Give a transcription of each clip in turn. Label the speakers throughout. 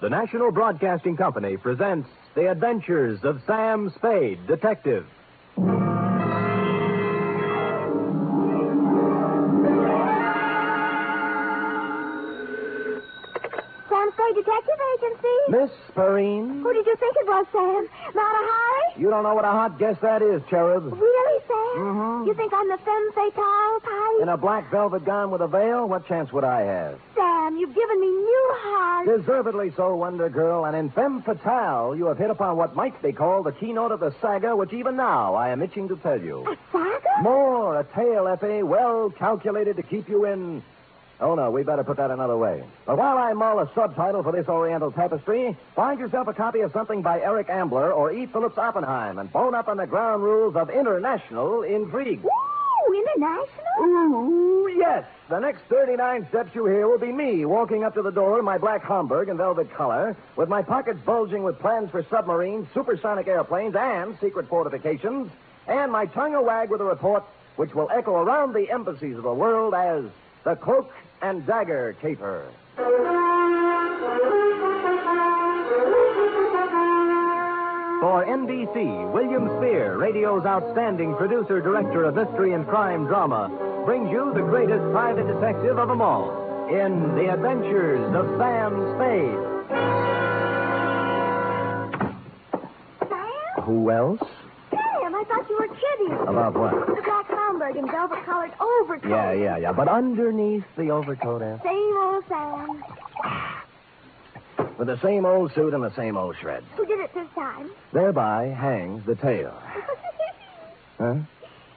Speaker 1: The National Broadcasting Company presents The Adventures of Sam Spade, Detective.
Speaker 2: Sam Spade Detective Agency.
Speaker 1: Miss Perrine,
Speaker 2: Who did you think it was, Sam? Not a Harry?
Speaker 1: you don't know what a hot guess that is, cherub.
Speaker 2: Really, Sam?
Speaker 1: Mhm.
Speaker 3: Mm-hmm.
Speaker 2: You think I'm the femme fatale, Polly?
Speaker 1: In a black velvet gown with a veil, what chance would I have?
Speaker 2: Sam, you've given me new heart.
Speaker 1: Deservedly so, Wonder Girl, and in femme fatale, you have hit upon what might be called the keynote of the saga, which even now I am itching to tell you.
Speaker 2: A saga?
Speaker 1: More, a tale, Effie, well calculated to keep you in. Oh, no, we better put that another way. But while I mull a subtitle for this Oriental tapestry, find yourself a copy of something by Eric Ambler or E. Phillips Oppenheim and bone up on the ground rules of international intrigue.
Speaker 2: Woo! International?
Speaker 1: Ooh, Oh, yes. The next 39 steps you hear will be me walking up to the door in my black Homburg and velvet collar, with my pockets bulging with plans for submarines, supersonic airplanes, and secret fortifications, and my tongue a wag with a report which will echo around the embassies of the world as the cloak and dagger caper. For NBC, William Spear, radio's outstanding producer director of mystery and crime drama, brings you the greatest private detective of them all in The Adventures of Sam Spade.
Speaker 2: Sam?
Speaker 1: Who else?
Speaker 2: Sam, I thought you were kidding.
Speaker 1: About what?
Speaker 2: The black Homburg and velvet colored overcoat.
Speaker 1: Yeah, yeah, yeah. But underneath the overcoat, eh? F,
Speaker 2: Same old Sam.
Speaker 1: with the same old suit and the same old shred.
Speaker 2: Who did it this time?
Speaker 1: Thereby hangs the tale. Huh?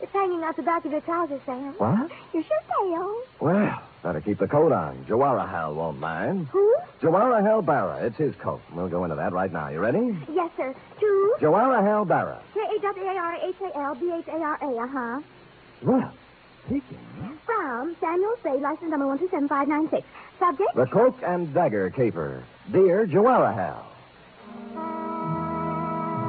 Speaker 2: it's hanging out the back of your trousers, Sam.
Speaker 1: What?
Speaker 2: Your shirt tail.
Speaker 1: Well, better keep the coat on. Jawarahal won't mind.
Speaker 2: Who?
Speaker 1: Jawarahal Barra, it's his coat. We'll go into that right now. You ready?
Speaker 2: Yes, sir. Two.
Speaker 1: Jawarahal Barra.
Speaker 2: K-A-W-A-R-H-A-L-B-H-A-R-A, uh-huh.
Speaker 1: Well, speaking.
Speaker 2: From Samuel Spade, license number 127596. Subject?
Speaker 1: The Cloak and Dagger Caper. Dear Jawarahal.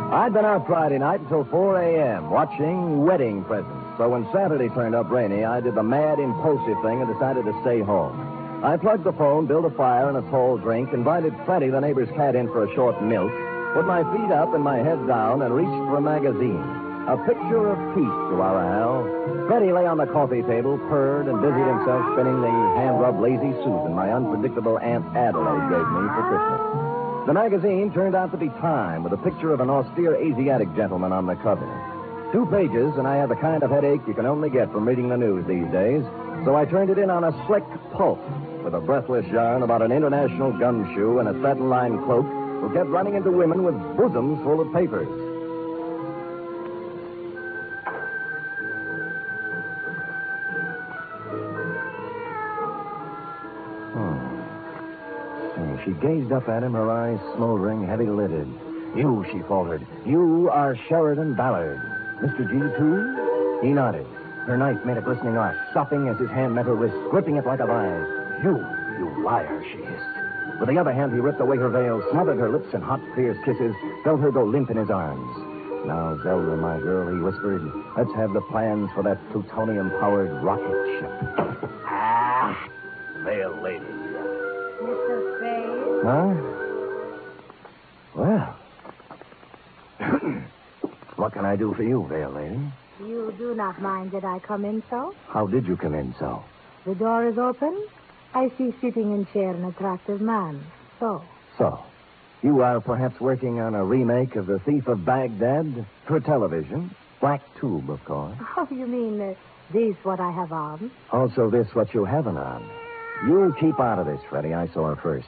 Speaker 1: I'd been out Friday night until 4 a.m. watching wedding presents. So when Saturday turned up rainy, I did the mad, impulsive thing and decided to stay home. I plugged the phone, built a fire and a tall drink, invited Freddie, the neighbor's cat, in for a short milk, put my feet up and my head down, and reached for a magazine. A picture of peace, Jawarahal. Freddie lay on the coffee table, purred, and busied himself spinning the hand-rubbed Lazy Susan my unpredictable Aunt Adelaide gave me for Christmas. The magazine turned out to be Time, with a picture of an austere Asiatic gentleman on the cover. Two pages, and I had the kind of headache you can only get from reading the news these days, so I turned it in on a slick pulp with a breathless yarn about an international gumshoe and a satin lined cloak who kept running into women with bosoms full of papers. Hmm. And she gazed up at him, her eyes smoldering, heavy lidded. You, she faltered. You are Sheridan Ballard. Mr. G, too? He nodded. Her knife made a glistening arc, stopping as his hand met her wrist, gripping it like a vise. You, you liar, she hissed. With the other hand, he ripped away her veil, smothered her lips in hot, fierce kisses, felt her go limp in his arms. Now, Zelda, my girl, he whispered, let's have the plans for that plutonium powered rocket ship. Ah, veil lady.
Speaker 2: Mr. Spade?
Speaker 1: Huh? Well. what can I do for you, Vale Lady?
Speaker 2: You do not mind that I come in so?
Speaker 1: How did you come in so?
Speaker 2: The door is open. I see sitting in chair an attractive man. So?
Speaker 1: So, you are perhaps working on a remake of The Thief of Baghdad for television. Black tube, of course.
Speaker 2: Oh, you mean uh, these what I have on?
Speaker 1: Also, this what you haven't on. You keep out of this, Freddie. I saw her first.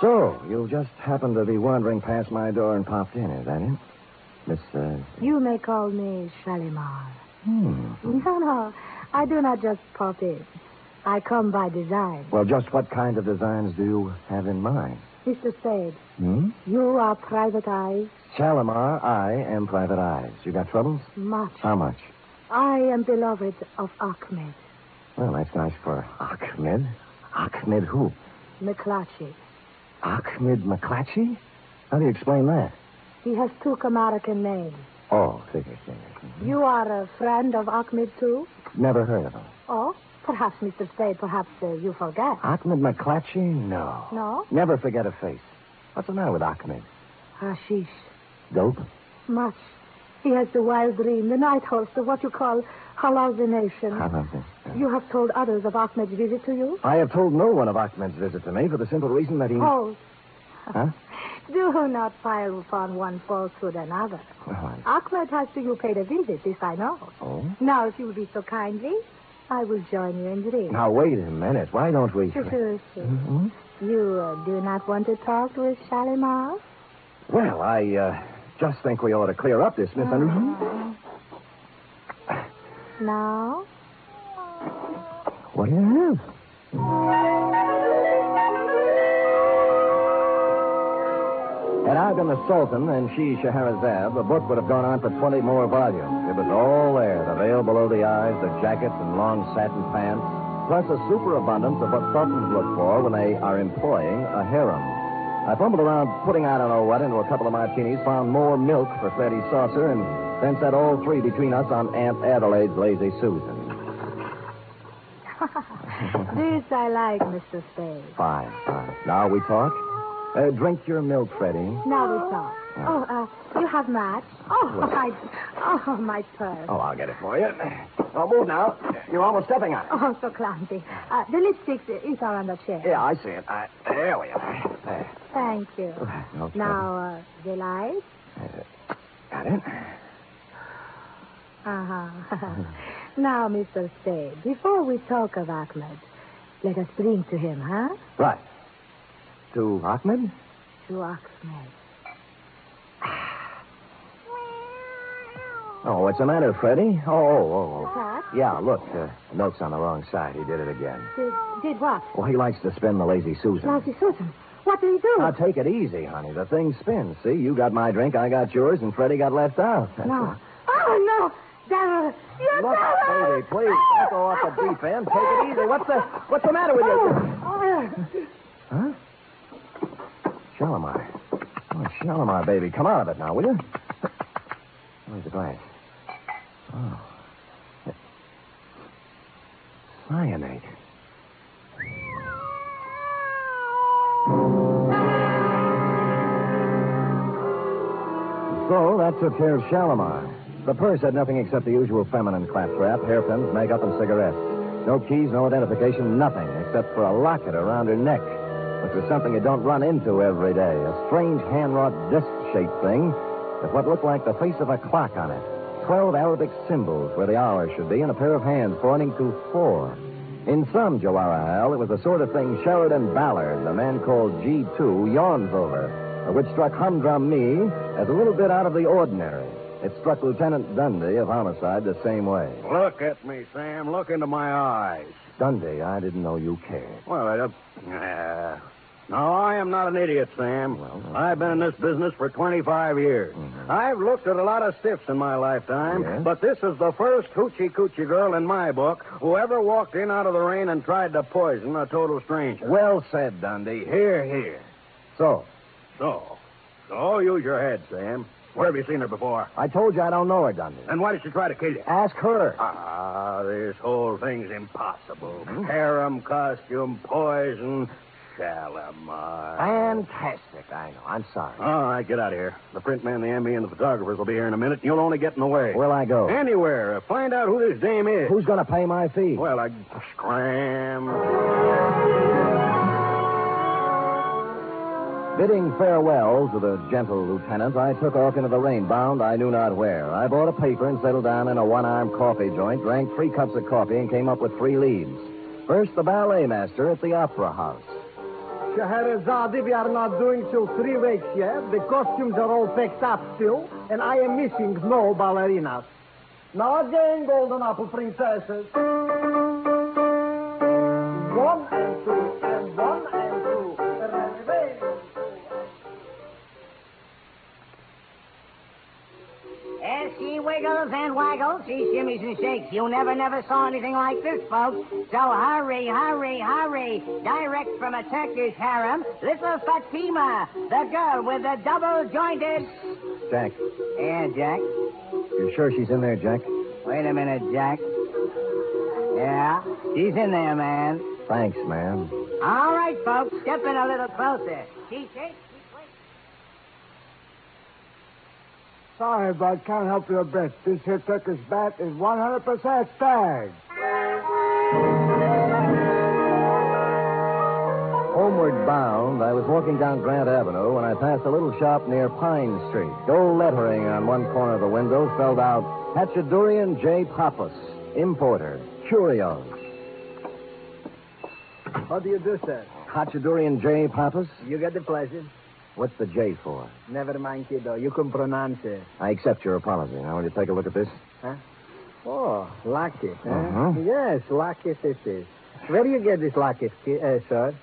Speaker 1: So, you just happened to be wandering past my door and popped in, is that it? Miss, uh...
Speaker 2: You may call me Shalimar.
Speaker 1: Hmm.
Speaker 2: No, no. I do not just pop in. I come by design.
Speaker 1: Well, just what kind of designs do you have in mind?
Speaker 2: Mr. Spade,
Speaker 1: Hmm?
Speaker 2: you are private eyes.
Speaker 1: Shalimar, I am Private Eyes. You got troubles?
Speaker 2: Much.
Speaker 1: How much?
Speaker 2: I am beloved of Ahmed
Speaker 1: Well, that's nice for Ahmed. Ahmed who?
Speaker 2: McClatchy.
Speaker 1: Ahmed McClatchy? How do you explain that?
Speaker 2: He has two American names.
Speaker 1: Oh, figures, figures.
Speaker 2: You are a friend of Ahmed, too?
Speaker 1: Never heard of him.
Speaker 2: Oh, perhaps, Mr. Spade, perhaps uh, you forget.
Speaker 1: Ahmed McClatchy? No.
Speaker 2: No?
Speaker 1: Never forget a face. What's the matter with Ahmed?
Speaker 2: Hashish.
Speaker 1: Dope?
Speaker 2: Much. He has the wild dream, the night horse, the what you call hallucination.
Speaker 1: How about this?
Speaker 2: You have told others of Ahmed's visit to you?
Speaker 1: I have told no one of Ahmed's visit to me for the simple reason that he.
Speaker 2: Oh,
Speaker 1: Huh?
Speaker 2: do not pile upon one falsehood another.
Speaker 1: Well, I...
Speaker 2: Ahmed has to you paid a visit, this I know.
Speaker 1: Oh?
Speaker 2: Now, if you will be so kindly, I will join you in dream.
Speaker 1: Now, wait a minute. Why don't we.
Speaker 2: Sure, sure, sure.
Speaker 1: Hmm?
Speaker 2: You uh, do not want to talk with Shalimar?
Speaker 1: Well, I uh, just think we ought to clear up this misunderstanding.
Speaker 2: No?
Speaker 1: What do you have? Had I been the Sultan and she Scheherazade, the book would have gone on for 20 more volumes. It was all there the veil below the eyes, the jackets and long satin pants, plus a superabundance of what sultans look for when they are employing a harem. I fumbled around putting I don't know what into a couple of martinis, found more milk for Freddie's saucer, and then set all three between us on Aunt Adelaide's Lazy Susan.
Speaker 2: this I like, Mr. Spade.
Speaker 1: Fine, fine. Now we talk. Uh, drink your milk, Freddie.
Speaker 2: Now we talk. Oh, uh, you have match? Oh, my, oh, my purse.
Speaker 1: Oh, I'll get it for you. Now move now. You're almost stepping on it.
Speaker 2: Oh, so clumsy. Uh, the lipsticks uh, is are on the chair.
Speaker 1: Yeah, I see it. I, there we are. There.
Speaker 2: Thank you.
Speaker 1: No trouble.
Speaker 2: Now, uh, the light?
Speaker 1: Uh, Got it.
Speaker 2: Uh-huh. now, Mr. Spade, before we talk of Ahmed, let us bring to him, huh?
Speaker 1: Right. To Ahmed?
Speaker 2: To Ahmed.
Speaker 1: Oh, what's the matter, Freddie? Oh, oh, oh.
Speaker 2: What?
Speaker 1: oh. Yeah, look, uh, the note's on the wrong side. He did it again.
Speaker 2: Did, did what?
Speaker 1: Well, he likes to spin the lazy Susan.
Speaker 2: Lousy Susan. What did he do?
Speaker 1: Now, take it easy, honey. The thing spins. See, you got my drink, I got yours, and Freddie got left out. That's
Speaker 2: No.
Speaker 1: all.
Speaker 2: Oh, no. Daryl. You're
Speaker 1: Look,
Speaker 2: Daryl.
Speaker 1: baby, please, don't go off the deep end. Take it easy. What's the What's the matter with you?
Speaker 2: Oh, oh.
Speaker 1: Huh? Shalimar. Oh, Shalimar, baby. Come out of it now, will you? Where's the glass? Oh. Cyanate. So that took care of Shalimar. The purse had nothing except the usual feminine claptrap, hairpins, makeup, and cigarettes. No keys, no identification, nothing except for a locket around her neck, which was something you don't run into every day. A strange hand-wrought disc-shaped thing with what looked like the face of a clock on it. Twelve Arabic symbols where the hour should be, and a pair of hands pointing to four. In some Jawaharlal, it was the sort of thing Sheridan Ballard, the man called G2, yawns over, which struck Humdrum me as a little bit out of the ordinary. It struck Lieutenant Dundee of Homicide the same way.
Speaker 4: Look at me, Sam. Look into my eyes.
Speaker 1: Dundee, I didn't know you cared.
Speaker 4: Well, I don't. Yeah. No, I am not an idiot, Sam.
Speaker 1: Well, uh,
Speaker 4: I've been in this business for 25 years.
Speaker 1: Mhm.
Speaker 4: I've looked at a lot of stiffs in my lifetime,
Speaker 1: Yes?
Speaker 4: but this is the first hoochie coochie girl in my book who ever walked in out of the rain and tried to poison a total stranger.
Speaker 1: Well said, Dundee.
Speaker 4: Here, here.
Speaker 1: So,
Speaker 4: So, so use your head, Sam. Where have you seen her before?
Speaker 1: I told you I don't know her, Dundee.
Speaker 4: And why did she try to kill you?
Speaker 1: Ask her.
Speaker 4: Ah, this whole thing's impossible. Harem, costume, poison, Shalimar.
Speaker 1: Fantastic, I know. I'm sorry.
Speaker 4: All right, get out of here. The print man, the ME, and the photographers will be here in a minute, and you'll only get in the way.
Speaker 1: Where'll I go?
Speaker 4: Anywhere. Find out who this dame is.
Speaker 1: Who's going to pay my fee?
Speaker 4: Well, I scram.
Speaker 1: Bidding farewell to the gentle lieutenant, I took off into the rain, bound I knew not where. I bought a paper and settled down in a one-armed coffee joint, drank three cups of coffee, and came up with three leads. First, the ballet master at the opera house.
Speaker 5: Scheherazade, we are not doing till three weeks yet. The costumes are all packed up still, and I am missing no ballerinas. Now again, golden apple princesses. One and two, and one and two. and then again.
Speaker 6: As she wiggles and waggles, she shimmies and shakes. You never, never saw anything like this, folks. So hurry, hurry, hurry. Direct from a Turkish harem, little Fatima, the girl with the double jointed.
Speaker 1: Jack,
Speaker 6: Yeah, Jack.
Speaker 1: you sure she's in there, Jack?
Speaker 6: Wait a minute, Jack. Yeah, she's in there, man.
Speaker 1: Thanks, ma'am.
Speaker 6: All right, folks, step in a little closer. She shakes. she quakes.
Speaker 5: sorry, but I can't help you a bit. This here Turkish bat is 100% tagged.
Speaker 1: Homeward bound, I was walking down Grant Avenue when I passed a little shop near Pine Street. Gold lettering on one corner of the window spelled out Hatchadurian J. Pappas, importer, Curios.
Speaker 5: How do you do, sir?
Speaker 1: Hatchadurian J. Pappas?
Speaker 5: You get the pleasure.
Speaker 1: What's the J for?
Speaker 5: Never mind, kiddo. You can pronounce it.
Speaker 1: I accept your apology. Now, will you take a look at this?
Speaker 5: Oh, lucky. Huh?
Speaker 1: Uh-huh.
Speaker 5: Yes, lucky this is. Where do you get this lucky, ki- uh, sir?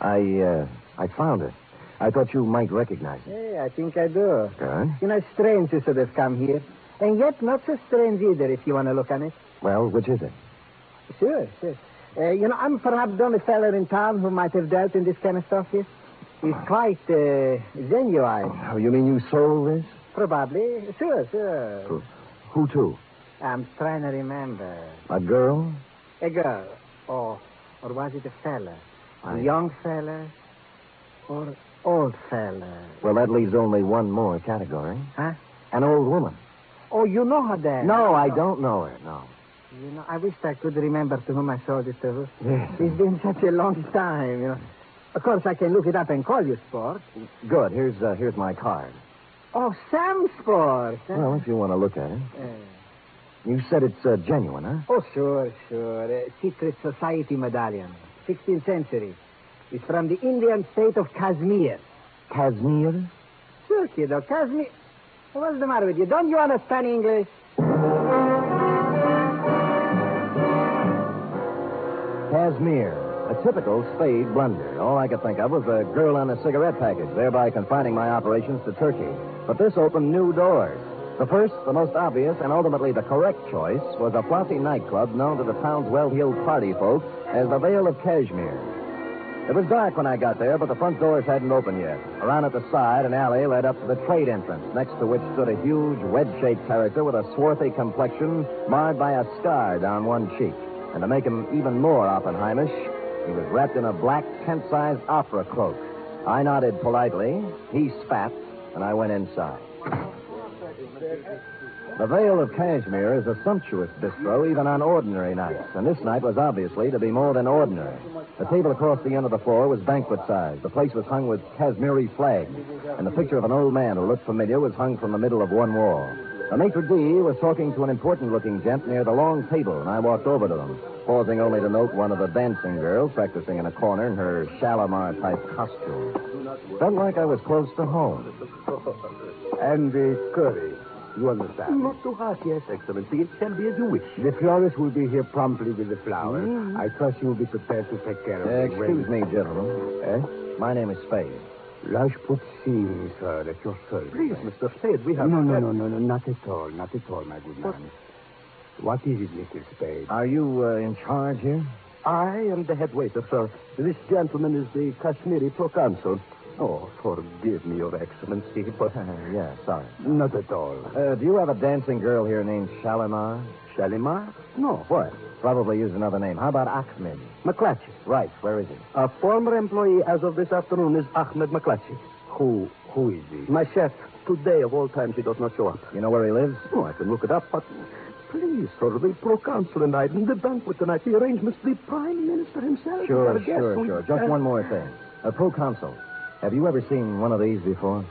Speaker 1: I, uh, I found it. I thought you might recognize it.
Speaker 5: Hey, I think I do.
Speaker 1: Good.
Speaker 5: You know, strange you should have come here. And yet not so strange either, if you want to look on it.
Speaker 1: Well, which is it?
Speaker 5: Sure, sure. Uh, you know, I'm perhaps the only fella in town who might have dealt in this kind of stuff here. It's quite uh, genuine.
Speaker 1: Oh, you mean you sold this?
Speaker 5: Probably. Sure, sure.
Speaker 1: Who, who to?
Speaker 5: I'm trying to remember.
Speaker 1: A girl?
Speaker 5: A girl. Or, or was it a fella?
Speaker 1: I-
Speaker 5: A young fella? Or old fella?
Speaker 1: Well, that leaves only one more category.
Speaker 5: Huh?
Speaker 1: An old woman.
Speaker 5: Oh, you know her then?
Speaker 1: No, I don't know her, no.
Speaker 5: You know, I wish I could remember to whom I uh, sold it to.
Speaker 1: Yes.
Speaker 5: It's been such a long time, you know. Of course, I can look it up and call you Sport.
Speaker 1: Good. Here's uh, here's my card.
Speaker 5: Oh, Sam Sport. huh?
Speaker 1: Well, if you want to look at it.
Speaker 5: Uh,
Speaker 1: You said it's uh, genuine, huh?
Speaker 5: Oh, sure, sure. Uh, Secret Society medallion, 16th century. It's from the Indian state of Kashmir.
Speaker 1: Casimir?
Speaker 5: Sure, kiddo, Kashmir. What's the matter with you? Don't you understand English?
Speaker 1: Casimir. A typical spade blunder. All I could think of was a girl on a cigarette package, thereby confining my operations to Turkey. But this opened new doors. The first, the most obvious, and ultimately the correct choice was a flossy nightclub known to the town's well-heeled party folk as the Vale of Cashmere. It was dark when I got there, but the front doors hadn't opened yet. Around at the side, an alley led up to the trade entrance, next to which stood a huge, wedge-shaped character with a swarthy complexion marred by a scar down one cheek. And to make him even more Oppenheimish, he was wrapped in a black, tent-sized opera cloak. I nodded politely, he spat, and I went inside. The Vale of Cashmere is a sumptuous bistro even on ordinary nights, and this night was obviously to be more than ordinary. The table across the end of the floor was banquet sized. The place was hung with Kashmiri flags, and the picture of an old man who looked familiar was hung from the middle of one wall. The maitre d' was talking to an important looking gent near the long table, and I walked over to them, pausing only to note one of the dancing girls practicing in a corner in her Shalimar type costume. Felt like I was close to home.
Speaker 4: And the curry. You understand?
Speaker 7: Not too hot, yes, Excellency. It shall be as you wish.
Speaker 4: The florist will be here promptly with the flowers. I trust you will be prepared to take care
Speaker 1: Uh,
Speaker 4: of Eh? it.
Speaker 1: excuse me, gentlemen. My name is Spade.
Speaker 4: Rajputsin, sir, at your service.
Speaker 7: Please, Mr. Spade, we
Speaker 4: No,
Speaker 7: have.
Speaker 4: no, no, no, no, not at all, not at all, my good man. What is it, Mr. Spade?
Speaker 1: Are you uh, in charge here?
Speaker 7: I am the head waiter, sir. This gentleman is the Kashmiri proconsul. Oh, forgive me, Your Excellency, but
Speaker 1: yeah, sorry.
Speaker 4: Not at all.
Speaker 1: Uh, do you have a dancing girl here named Shalimar?
Speaker 7: Shalimar? No, what?
Speaker 1: Probably used another name. How about Ahmed?
Speaker 7: McClatchy.
Speaker 1: Right, where is he?
Speaker 7: A former employee as of this afternoon is Ahmed McClatchy.
Speaker 4: Who, who is he?
Speaker 7: My chef, today of all times, he does not show up.
Speaker 1: You know where he lives?
Speaker 7: Oh, I can look it up, but please, sir, the proconsul and I, the banquet tonight, the arrangements, the prime minister himself.
Speaker 1: Sure,
Speaker 7: our guest,
Speaker 1: sure,
Speaker 7: we-
Speaker 1: sure. Just
Speaker 7: uh,
Speaker 1: one more thing. A proconsul. Have you ever seen one of these before?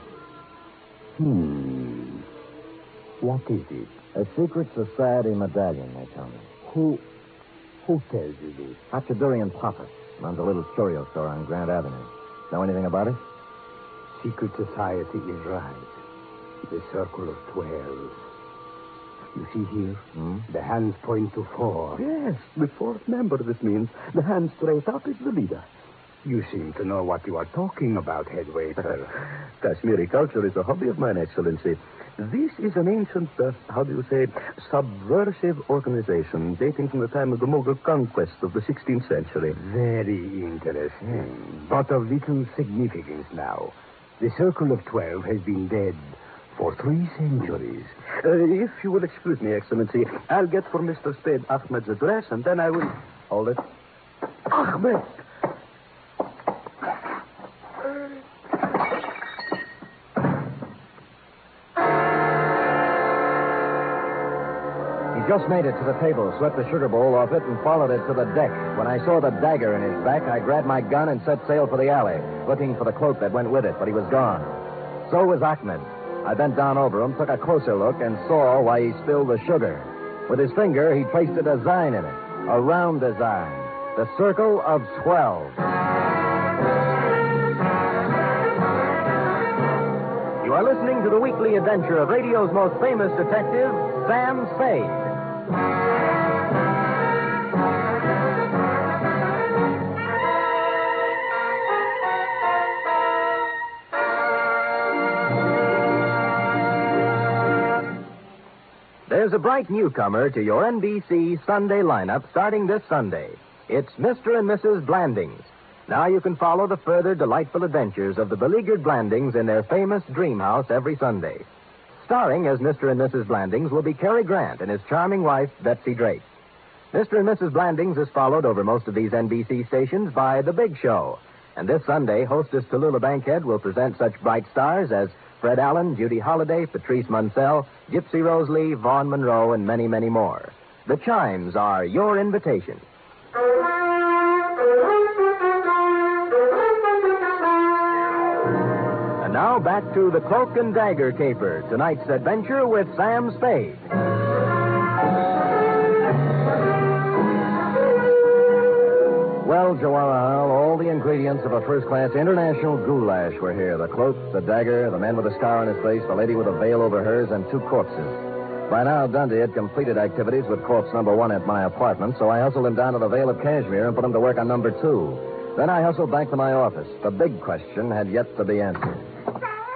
Speaker 4: Hmm. What is it?
Speaker 1: A secret society medallion, they tell me.
Speaker 4: Who, who tells you this?
Speaker 1: Hachadurian Papa. Runs a little curio store on Grant Avenue. Know anything about it?
Speaker 4: Secret Society is right. The Circle of Twelve. You see here?
Speaker 1: Hmm?
Speaker 4: The hands point to four.
Speaker 7: Yes, the fourth member, this means. The hand straight up is the leader.
Speaker 4: You seem to know what you are talking about, head waiter.
Speaker 7: Kashmiri culture is a hobby of mine, Excellency. This is an ancient, uh, how do you say, subversive organization dating from the time of the Mughal conquest of the 16th century.
Speaker 4: Very interesting, but of little significance now. The Circle of Twelve has been dead for three centuries.
Speaker 7: Uh, if you will excuse me, Excellency, I'll get for Mr. Spade Ahmed's address, and then I will. Hold it. Ahmed!
Speaker 1: just made it to the table, swept the sugar bowl off it, and followed it to the deck. When I saw the dagger in his back, I grabbed my gun and set sail for the alley, looking for the cloak that went with it, but he was gone. So was Ahmed. I bent down over him, took a closer look, and saw why he spilled the sugar. With his finger, he traced a design in it, a round design, the circle of 12. You are listening to the weekly adventure of radio's most famous detective, Sam Spade. There's a bright newcomer to your NBC Sunday lineup starting this Sunday. It's Mr. and Mrs. Blandings. Now you can follow the further delightful adventures of the beleaguered Blandings in their famous dream house every Sunday. Starring as Mr. and Mrs. Blandings will be Cary Grant and his charming wife, Betsy Drake. Mr. and Mrs. Blandings is followed over most of these NBC stations by The Big Show. And this Sunday, hostess Tallulah Bankhead will present such bright stars as Fred Allen, Judy Holliday, Patrice Munsell, Gypsy Rose Lee, Vaughn Monroe, and many, many more. The chimes are your invitation. And now back to the Cloak and Dagger Caper, tonight's adventure with Sam Spade. Well, Joanna, all the ingredients of a first-class international goulash were here. The cloak, the dagger, the man with a scar on his face, the lady with a veil over hers, and two corpses. By now, Dundee had completed activities with corpse number one at my apartment, so I hustled him down to the Vale of Kashmir and put him to work on number two. Then I hustled back to my office. The big question had yet to be answered.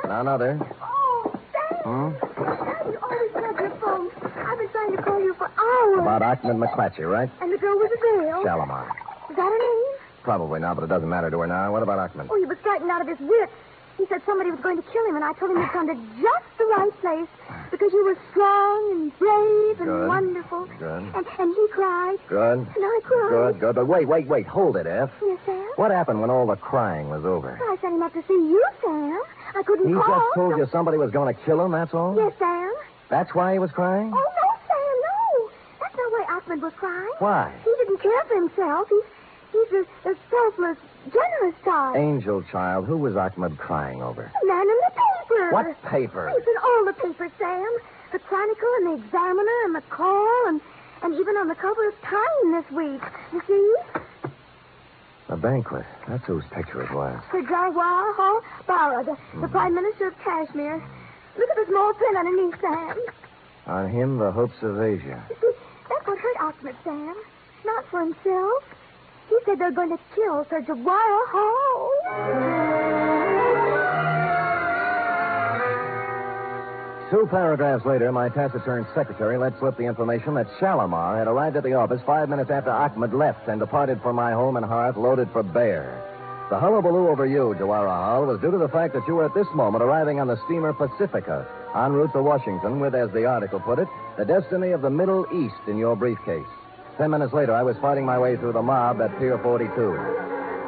Speaker 1: None other.
Speaker 3: Oh, Sam!
Speaker 1: Hmm?
Speaker 3: Sam, you always have your phone. I've been trying to call you for hours.
Speaker 1: About Achman McClatchy, right?
Speaker 3: And the girl with the veil.
Speaker 1: Shalimar.
Speaker 3: Is that her name?
Speaker 1: Probably not, but it doesn't matter to her now. What about Achman?
Speaker 3: Oh, he was frightened out of his wits. He said somebody was going to kill him, and I told him he'd come to just the right place because you were strong and brave and
Speaker 1: Good.
Speaker 3: wonderful.
Speaker 1: Good.
Speaker 3: And, and he cried,
Speaker 1: Good.
Speaker 3: and I cried.
Speaker 1: Good, good. But wait, wait, wait. Hold it, F.
Speaker 3: Yes, Sam.
Speaker 1: What happened when all the crying was over?
Speaker 3: Well, I sent him up to see you, Sam. I couldn't
Speaker 1: He
Speaker 3: call.
Speaker 1: just told
Speaker 3: so-
Speaker 1: you somebody was going to kill him, that's all?
Speaker 3: Yes, Sam.
Speaker 1: That's why he was crying?
Speaker 3: Oh, no, Sam, no. That's not why Osmond was crying.
Speaker 1: Why?
Speaker 3: He didn't care for himself. He's, he's a, a selfless, generous type.
Speaker 1: Angel child, who was Ahmed crying over?
Speaker 3: The man in the paper.
Speaker 1: What paper?
Speaker 3: It's in all the papers, Sam. The Chronicle and the Examiner and the Call and, and even on the cover of Time this week. You see?
Speaker 1: A banquet. That's whose picture it was.
Speaker 3: Sir Jawahar Bara, the, the
Speaker 1: Mm-hmm.
Speaker 3: Prime Minister of Kashmir. Look at the small print underneath, Sam.
Speaker 1: On him, the hopes of Asia.
Speaker 3: You see, That's what hurt Osmond, Sam. Not for himself. He said they're going to kill Sir Jawara
Speaker 1: Two paragraphs later, my taciturn secretary let slip the information that Shalimar had arrived at the office five minutes after Ahmed left and departed for my home and hearth loaded for bear. The hullabaloo over you, Jawaharlal, was due to the fact that you were at this moment arriving on the steamer Pacifica, en route to Washington, with, as the article put it, the destiny of the Middle East in your briefcase. Ten minutes later, I was fighting my way through the mob at Pier 42.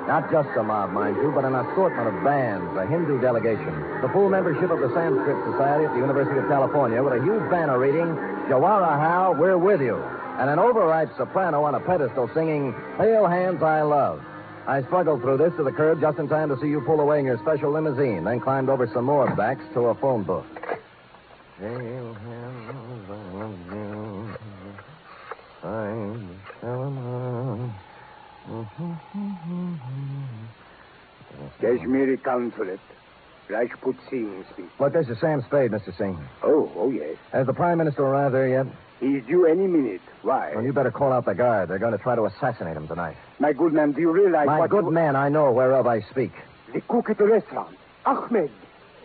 Speaker 1: Not just a mob, mind you, but an assortment of bands, a Hindu delegation, the full membership of the Sanskrit Society at the University of California with a huge banner reading, Jawara Hal, we're with you, and an overripe soprano on a pedestal singing, Pale Hands I Love. I struggled through this to the curb just in time to see you pull away in your special limousine, then climbed over some more backs to a phone book. Pale Hands I Love You. I'm Shalimar. Mm-hmm.
Speaker 4: Kashmiri Consulate, Rajput Singh speaking.
Speaker 1: Look, this is Sam Spade, Mr. Singh.
Speaker 4: Oh, oh, yes.
Speaker 1: Has the Prime Minister arrived there yet?
Speaker 4: He's due any minute. Why?
Speaker 1: Well, you better call out the guard. They're going to try to assassinate him tonight.
Speaker 4: My good man, do you realize
Speaker 1: My
Speaker 4: what...
Speaker 1: good
Speaker 4: you-
Speaker 1: man, I know whereof I speak.
Speaker 4: The cook at the restaurant, Ahmed.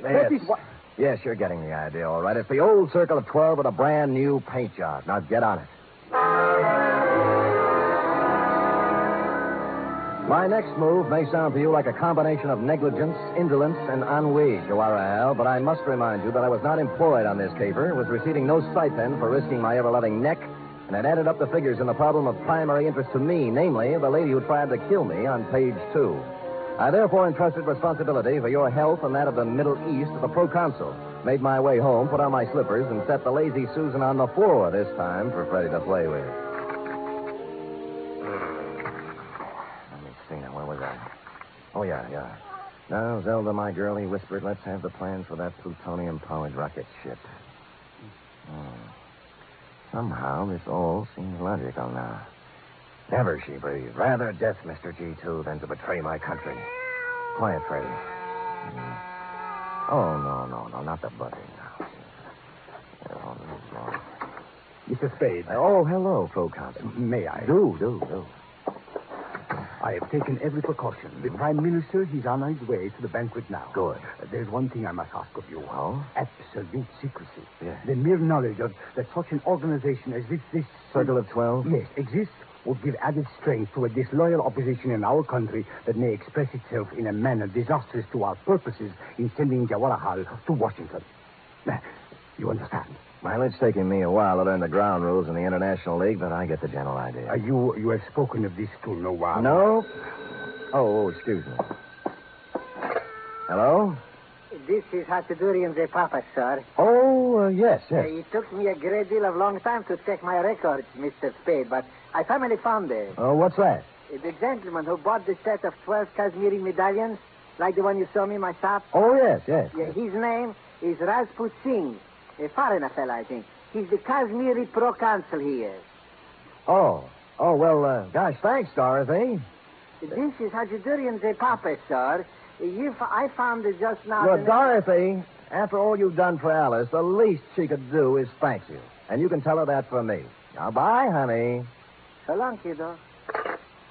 Speaker 4: That is what...
Speaker 1: Yes, you're getting the idea, all right. It's the old circle of 12 with a brand new paint job. Now get on it. My next move may sound to you like a combination of negligence, indolence, and ennui, Joarahal, but I must remind you that I was not employed on this caper, was receiving no stipend for risking my ever-loving neck, and had added up the figures in the problem of primary interest to me, namely, the lady who tried to kill me on page two. I therefore entrusted responsibility for your health and that of the Middle East to the proconsul. Made my way home, put on my slippers, and set the lazy Susan on the floor this time for Freddie to play with. Let me see now. Where was I? Oh, yeah, yeah. Now, Zelda, my girl, he whispered, let's have the plans for that plutonium powered rocket ship. Hmm. Somehow, this all seems logical now. Never, she breathed. Rather death, Mr. G2, than to betray my country. Quiet, Freddy. Hmm. Oh, no, no, no, not the butter now. Oh, no.
Speaker 4: Mr. Spade,
Speaker 1: Oh, hello, proconsul.
Speaker 4: may I?
Speaker 1: Do, do, do.
Speaker 4: I have taken every precaution. The Prime Minister, he's on his way to the banquet now.
Speaker 1: Good.
Speaker 4: Uh, There's one thing I must ask of you.
Speaker 1: Oh?
Speaker 4: Absolute secrecy.
Speaker 1: Yes.
Speaker 4: The mere knowledge of that such an organization as this, this
Speaker 1: Circle of 12?
Speaker 4: Yes, exists would give added strength to a disloyal opposition in our country that may express itself in a manner disastrous to our purposes in sending Jawaharlal to Washington. You understand?
Speaker 1: Well, it's taken me a while to learn the ground rules in the International League, but I get the general idea.
Speaker 4: Uh, you you have spoken of this to no one.
Speaker 1: No. Oh, oh, excuse me. Hello?
Speaker 6: This is Hatudurian the Papa, sir.
Speaker 1: Oh, uh, yes,
Speaker 6: Uh,
Speaker 1: yes.
Speaker 6: it took me a great deal of long time to check my records, Mr. Spade, but I finally found them.
Speaker 4: Uh.
Speaker 1: Oh, what's that?
Speaker 6: The gentleman who bought the set of 12 Kashmiri medallions, like the one you saw me in my shop,
Speaker 1: Oh, yes, yes.
Speaker 6: yeah, his name is Rajput Singh, a foreigner fella, I think. He's the Kashmiri proconsul here.
Speaker 1: Oh, oh, well, uh, gosh, thanks, Dorothy.
Speaker 6: This is Hajidurian the Papa, sir. You, f- I found it just now.
Speaker 1: Well, Dorothy, after all you've done for Alice, the least she could do is thank you. And you can tell her that for me. Now, bye, honey.
Speaker 6: So long, kiddo.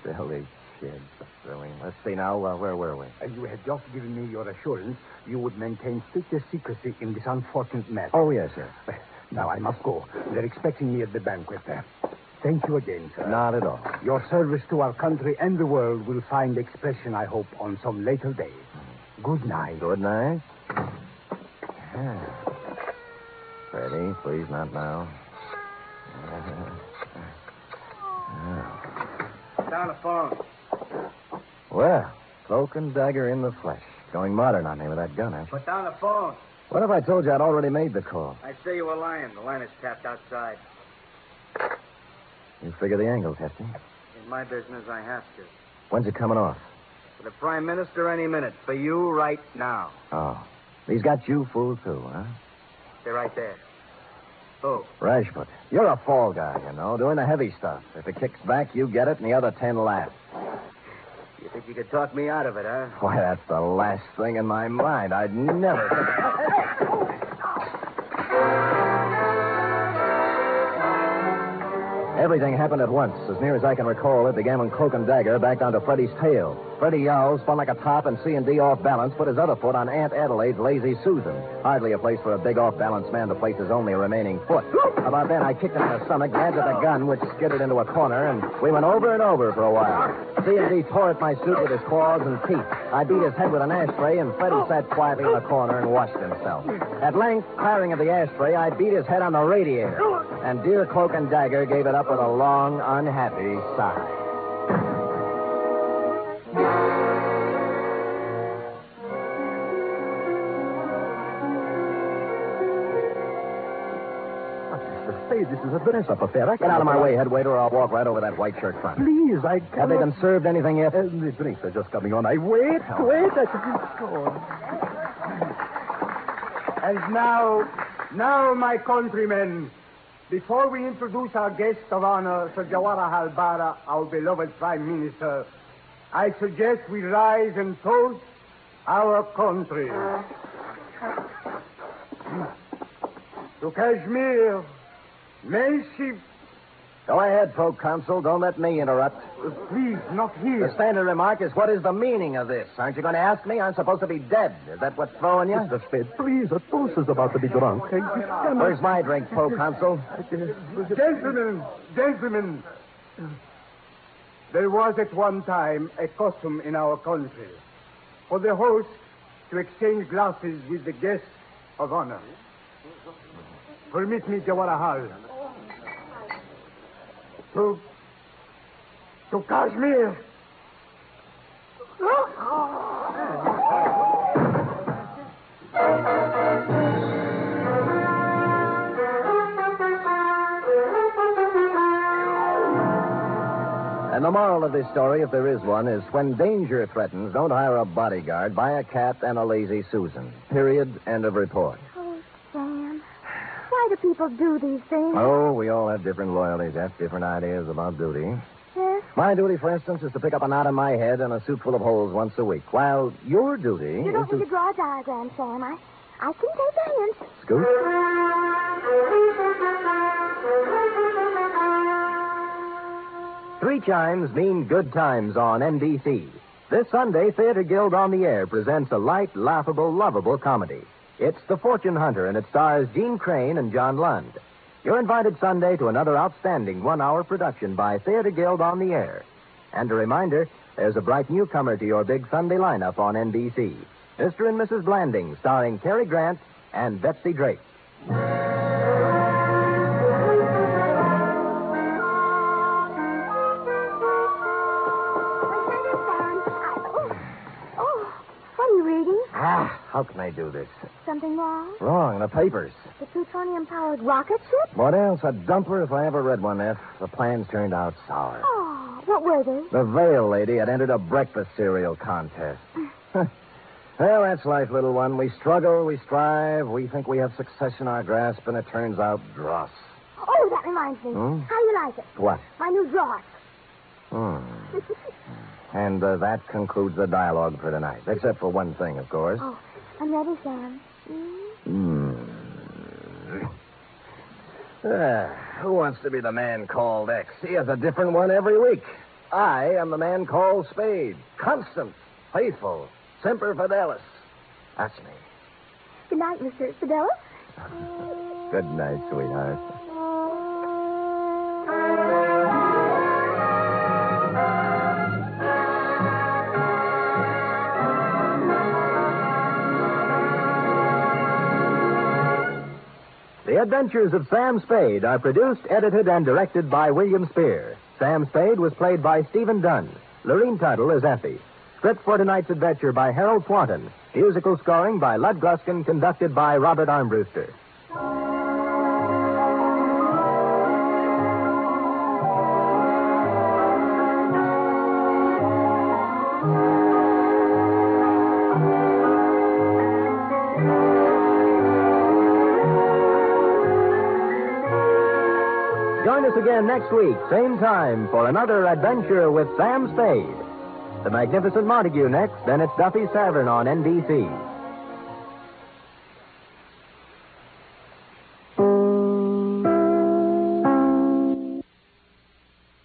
Speaker 1: Silly kid. Silly. Let's see now. Uh, where were we?
Speaker 4: Uh, you have just given me your assurance you would maintain strictest secrecy in this unfortunate matter.
Speaker 1: Oh, yes, yes.
Speaker 4: Now I must go. They're expecting me at the banquet. Thank you again, sir.
Speaker 1: Not at all.
Speaker 4: Your service to our country and the world will find expression, I hope, on some later day. Good night.
Speaker 1: Good night. Ah. Freddie, please not now. Well, cloak and dagger in the flesh. Going modern on me with that gun, huh?
Speaker 8: Put down the phone.
Speaker 1: What if I told you I'd already made the call?
Speaker 8: I say you were lying. The line is tapped outside.
Speaker 1: You figure the angles, Hefty.
Speaker 8: In my business, I have to.
Speaker 1: When's it coming off?
Speaker 8: For the Prime Minister, any minute. For you, right now.
Speaker 1: Oh. He's got you fooled, too, huh?
Speaker 8: They're right there. Oh,
Speaker 1: Rashford, you're a fall guy, you know, doing the heavy stuff. If it kicks back, you get it, and the other ten laughs.
Speaker 8: you think you could talk me out of it, huh?
Speaker 1: Why, that's the last thing in my mind. I'd never. Everything happened at once. As near as I can recall, it began when Cloak and Dagger backed onto Freddy's tail. Freddy yowled, spun like a top, and C&D off balance put his other foot on Aunt Adelaide's lazy Susan. Hardly a place for a big off balance man to place his only remaining foot. About then, I kicked him in the stomach, grabbed at the gun, which skidded into a corner, and we went over and over for a while. C&D tore at my suit with his claws and teeth. I beat his head with an ashtray, and Freddy sat quietly in the corner and washed himself. At length, tiring of the ashtray, I beat his head on the radiator. And dear Cloak and Dagger gave it up with a long, unhappy sigh.
Speaker 7: Say, this is a dress-up affair. I
Speaker 1: Get out of my way, head waiter, or I'll walk right over that white shirt front.
Speaker 7: Please, I
Speaker 1: Have they
Speaker 7: cannot-
Speaker 1: been served anything yet?
Speaker 7: Uh, the drinks are just coming on. I wait, wait. I just
Speaker 5: And now, now, my countrymen, before we introduce our guest of honor, Sir Jawaharlal Bara, our beloved Prime Minister, I suggest we rise and toast our country. To Kashmir, may she
Speaker 1: Go ahead, proconsul. Don't let me interrupt.
Speaker 5: please not
Speaker 1: The
Speaker 5: here.
Speaker 1: standard remark is, what is the meaning of this? Aren't you going to ask me? I'm supposed to be dead. Is that what's throwing you?
Speaker 7: Mr. Spade, please, a toast is about to be drunk. I just cannot-
Speaker 1: Where's my drink, proconsul?
Speaker 5: Gentlemen, gentlemen, there was at one time a custom in our country for the host to exchange glasses with the guest of honor. Permit me, Jawaharlal, to to Kashmir.
Speaker 3: Oh,
Speaker 1: moral of this story, if there is one, is when danger threatens, don't hire a bodyguard, buy a cat and a lazy Susan. Period. End of report.
Speaker 3: Oh, Sam. Why do people do these things?
Speaker 1: Oh, we all have different loyalties, F, different ideas about duty.
Speaker 3: Yes?
Speaker 1: My duty, for instance, is to pick up a knot in my head and a suit full of holes once a week, while your duty
Speaker 3: You
Speaker 1: is
Speaker 3: don't
Speaker 1: to...
Speaker 3: need to draw a diagram, Sam. I, I can take hands.
Speaker 1: Scoot. Three chimes mean good times on NBC. This Sunday, Theater Guild on the Air presents a light, laughable, lovable comedy. It's The Fortune Hunter, and it stars Gene Crane and John Lund. You're invited Sunday to another outstanding one hour production by Theater Guild on the Air. And a reminder there's a bright newcomer to your big Sunday lineup on NBC Mr. and Mrs. Blanding, starring Cary Grant and Betsy Drake.
Speaker 3: Wait a minute, Sam. I, oh. oh, what are you reading?
Speaker 1: Ah, how can I do this?
Speaker 3: Something wrong?
Speaker 1: Wrong, the papers.
Speaker 3: The plutonium-powered rocket ship?
Speaker 1: What else? A dumper if I ever read one, F. The plans turned out sour.
Speaker 3: Oh, what were they?
Speaker 1: The veil lady had entered a breakfast cereal contest. Huh. well, that's life, little one. We struggle, we strive, we think we have success in our grasp, and it turns out dross.
Speaker 3: Oh, that reminds me.
Speaker 1: Hmm?
Speaker 3: How you like it?
Speaker 1: What?
Speaker 3: My new drawer.
Speaker 1: Hmm. And uh, that concludes the dialogue for tonight, except for one thing, of course.
Speaker 3: oh, I'm ready, Sam. Mm.
Speaker 1: Hmm. Ah, who wants to be the man called X? He has a different one every week. I am the man called Spade. Constant, faithful, semper fidelis. That's me.
Speaker 3: Good night, Mr. Fidelis.
Speaker 1: Good night, sweetheart. The Adventures of Sam Spade are produced, edited, and directed by William Spear. Sam Spade was played by Stephen Dunn. Lorene Tuttle is Effie. Script for tonight's adventure by Harold Swanton. Musical scoring by Lud Gluskin, conducted by Robert Armbruster. Join us again next week, same time, for another adventure with Sam Spade. The Magnificent Montague next, then it's Duffy's Tavern on NBC.